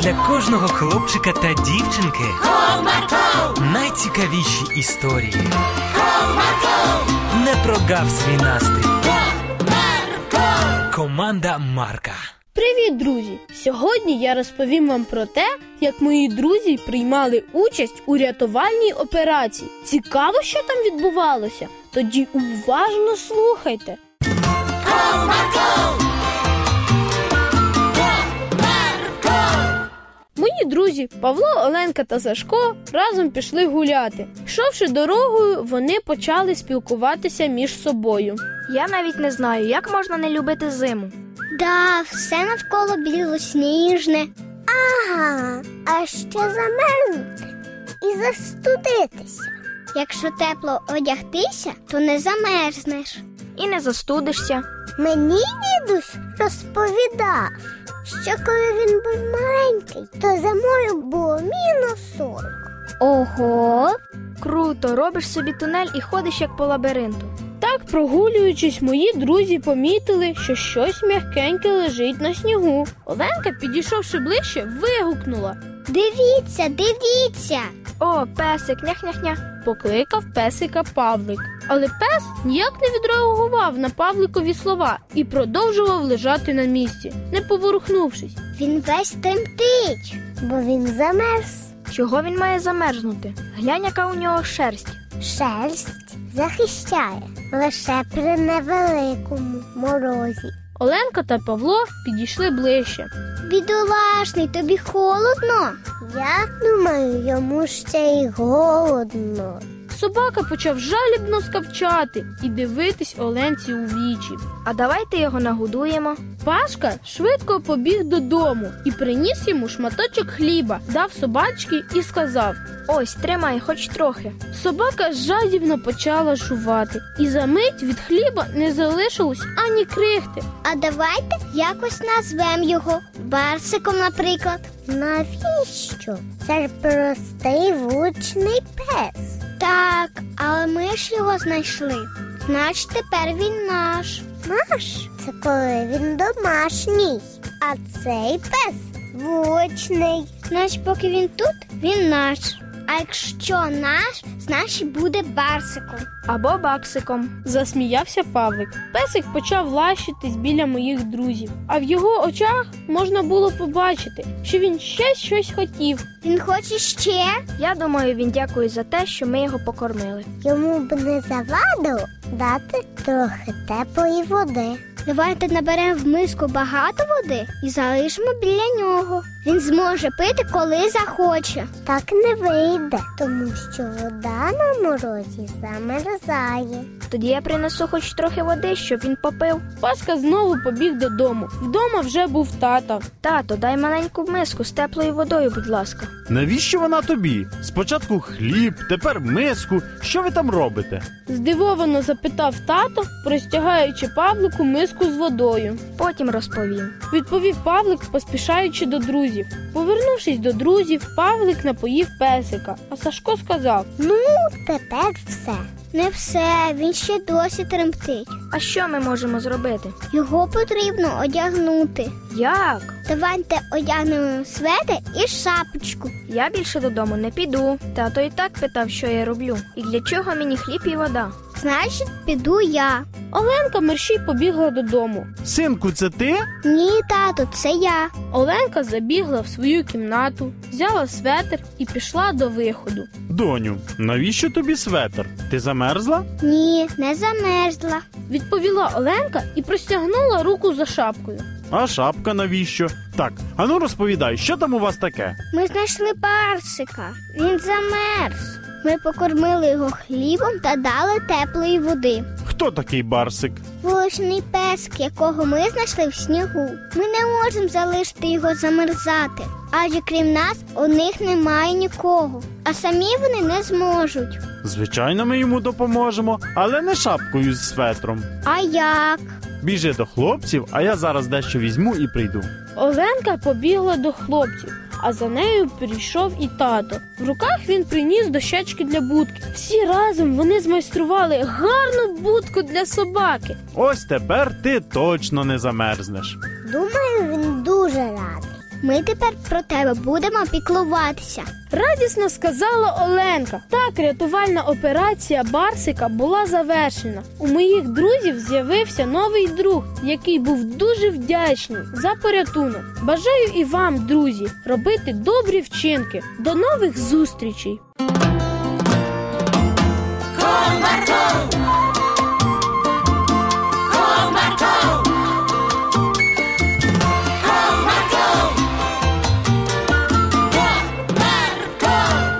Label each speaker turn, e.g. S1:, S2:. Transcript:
S1: для кожного хлопчика та дівчинки
S2: Marco,
S1: найцікавіші історії.
S2: con Marco,
S1: Не прогав свій настрій.
S2: con Marco.
S1: Команда Марка.
S3: Привіт, друзі! Сьогодні я розповім вам про те, як мої друзі приймали участь у рятувальній операції. Цікаво, що там відбувалося. Тоді уважно слухайте. Мої друзі Павло, Оленка та Сашко разом пішли гуляти. Йшовши дорогою, вони почали спілкуватися між собою.
S4: Я навіть не знаю, як можна не любити зиму.
S5: Да, все навколо білосніжне. Ага, а ще замерзнути і застудитися. Якщо тепло одягтися, то не замерзнеш.
S4: І не застудишся.
S5: Мені дідусь розповідав, що коли він був маленький, то зимою було мінус 40. Ого,
S4: Круто, робиш собі тунель і ходиш як по лабіринту.
S3: Так, прогулюючись, мої друзі помітили, що щось м'якеньке лежить на снігу. Оленка, підійшовши ближче, вигукнула.
S5: дивіться, дивіться.
S4: О, песик, нях-нях-нях.
S3: Покликав песика Павлик. Але пес ніяк не відреагував на Павликові слова і продовжував лежати на місці, не поворухнувшись.
S5: Він весь тремтить, бо він замерз.
S4: Чого він має замерзнути? Глянь, яка у нього шерсть.
S5: Шерсть захищає лише при невеликому морозі.
S3: Оленка та Павло підійшли ближче.
S5: Бідолашний, тобі холодно. Я думаю, йому ще й голодно.
S3: Собака почав жалібно скавчати і дивитись Оленці у вічі.
S4: А давайте його нагодуємо.
S3: Пашка швидко побіг додому і приніс йому шматочок хліба, дав собачці і сказав.
S4: Ось, тримай, хоч трохи.
S3: Собака жадібно почала жувати, і за мить від хліба не залишилось ані крихти.
S5: А давайте якось назвем його барсиком, наприклад. Навіщо? Це ж простий вучний пес. Так, але ми ж його знайшли. Значить, тепер він наш. Наш? Це коли він домашній. А цей пес вучний. Значить, поки він тут, він наш. А якщо наш, значить буде барсиком.
S4: Або баксиком.
S3: Засміявся Павлик. Песик почав лащитись біля моїх друзів, а в його очах можна було побачити, що він ще щось хотів.
S5: Він хоче ще.
S4: Я думаю, він дякує за те, що ми його покормили.
S5: Йому б не завадило дати трохи теплої води. Давайте наберемо в миску багато води і залишимо біля нього. Він зможе пити, коли захоче. Так не вийде, тому що вода на морозі замерзає.
S4: Тоді я принесу хоч трохи води, щоб він попив.
S3: Пашка знову побіг додому. Вдома вже був тата.
S4: Тато, дай маленьку миску з теплою водою, будь ласка.
S6: Навіщо вона тобі? Спочатку хліб, тепер миску. Що ви там робите?
S3: Здивовано запитав тато, простягаючи Павлику миску з водою.
S4: Потім розповім.
S3: Відповів Павлик, поспішаючи до друзів. Повернувшись до друзів, Павлик напоїв песика, а Сашко сказав:
S5: Ну, тепер все. Не все, він ще досі тремтить.
S4: А що ми можемо зробити?
S5: Його потрібно одягнути.
S4: Як?
S5: Давайте одягнемо свети і шапочку.
S4: Я більше додому не піду. Тато і так питав, що я роблю, і для чого мені хліб і вода.
S5: Значить, піду я.
S3: Оленка мерщій побігла додому.
S6: Синку, це ти?
S5: Ні, тато, це я.
S3: Оленка забігла в свою кімнату, взяла светр і пішла до виходу.
S6: Доню, навіщо тобі светр? Ти замерзла?
S5: Ні, не замерзла.
S3: Відповіла Оленка і простягнула руку за шапкою.
S6: А шапка навіщо? Так, ану розповідай, що там у вас таке?
S5: Ми знайшли барсика. Він замерз. Ми покормили його хлібом та дали теплої води.
S6: Хто такий барсик?
S5: Вуличний песик, якого ми знайшли в снігу. Ми не можемо залишити його замерзати, адже крім нас у них немає нікого, а самі вони не зможуть.
S6: Звичайно, ми йому допоможемо, але не шапкою з светром.
S5: А як?
S6: Біжи до хлопців, а я зараз дещо візьму і прийду.
S3: Оленка побігла до хлопців, а за нею прийшов і тато. В руках він приніс дощечки для будки. Всі разом вони змайстрували гарну будку для собаки.
S6: Ось тепер ти точно не замерзнеш.
S5: Думаю, він дуже радий. Ми тепер про тебе будемо піклуватися.
S3: Радісно сказала Оленка. Так, рятувальна операція Барсика була завершена. У моїх друзів з'явився новий друг, який був дуже вдячний за порятунок. Бажаю і вам, друзі, робити добрі вчинки. До нових зустрічей!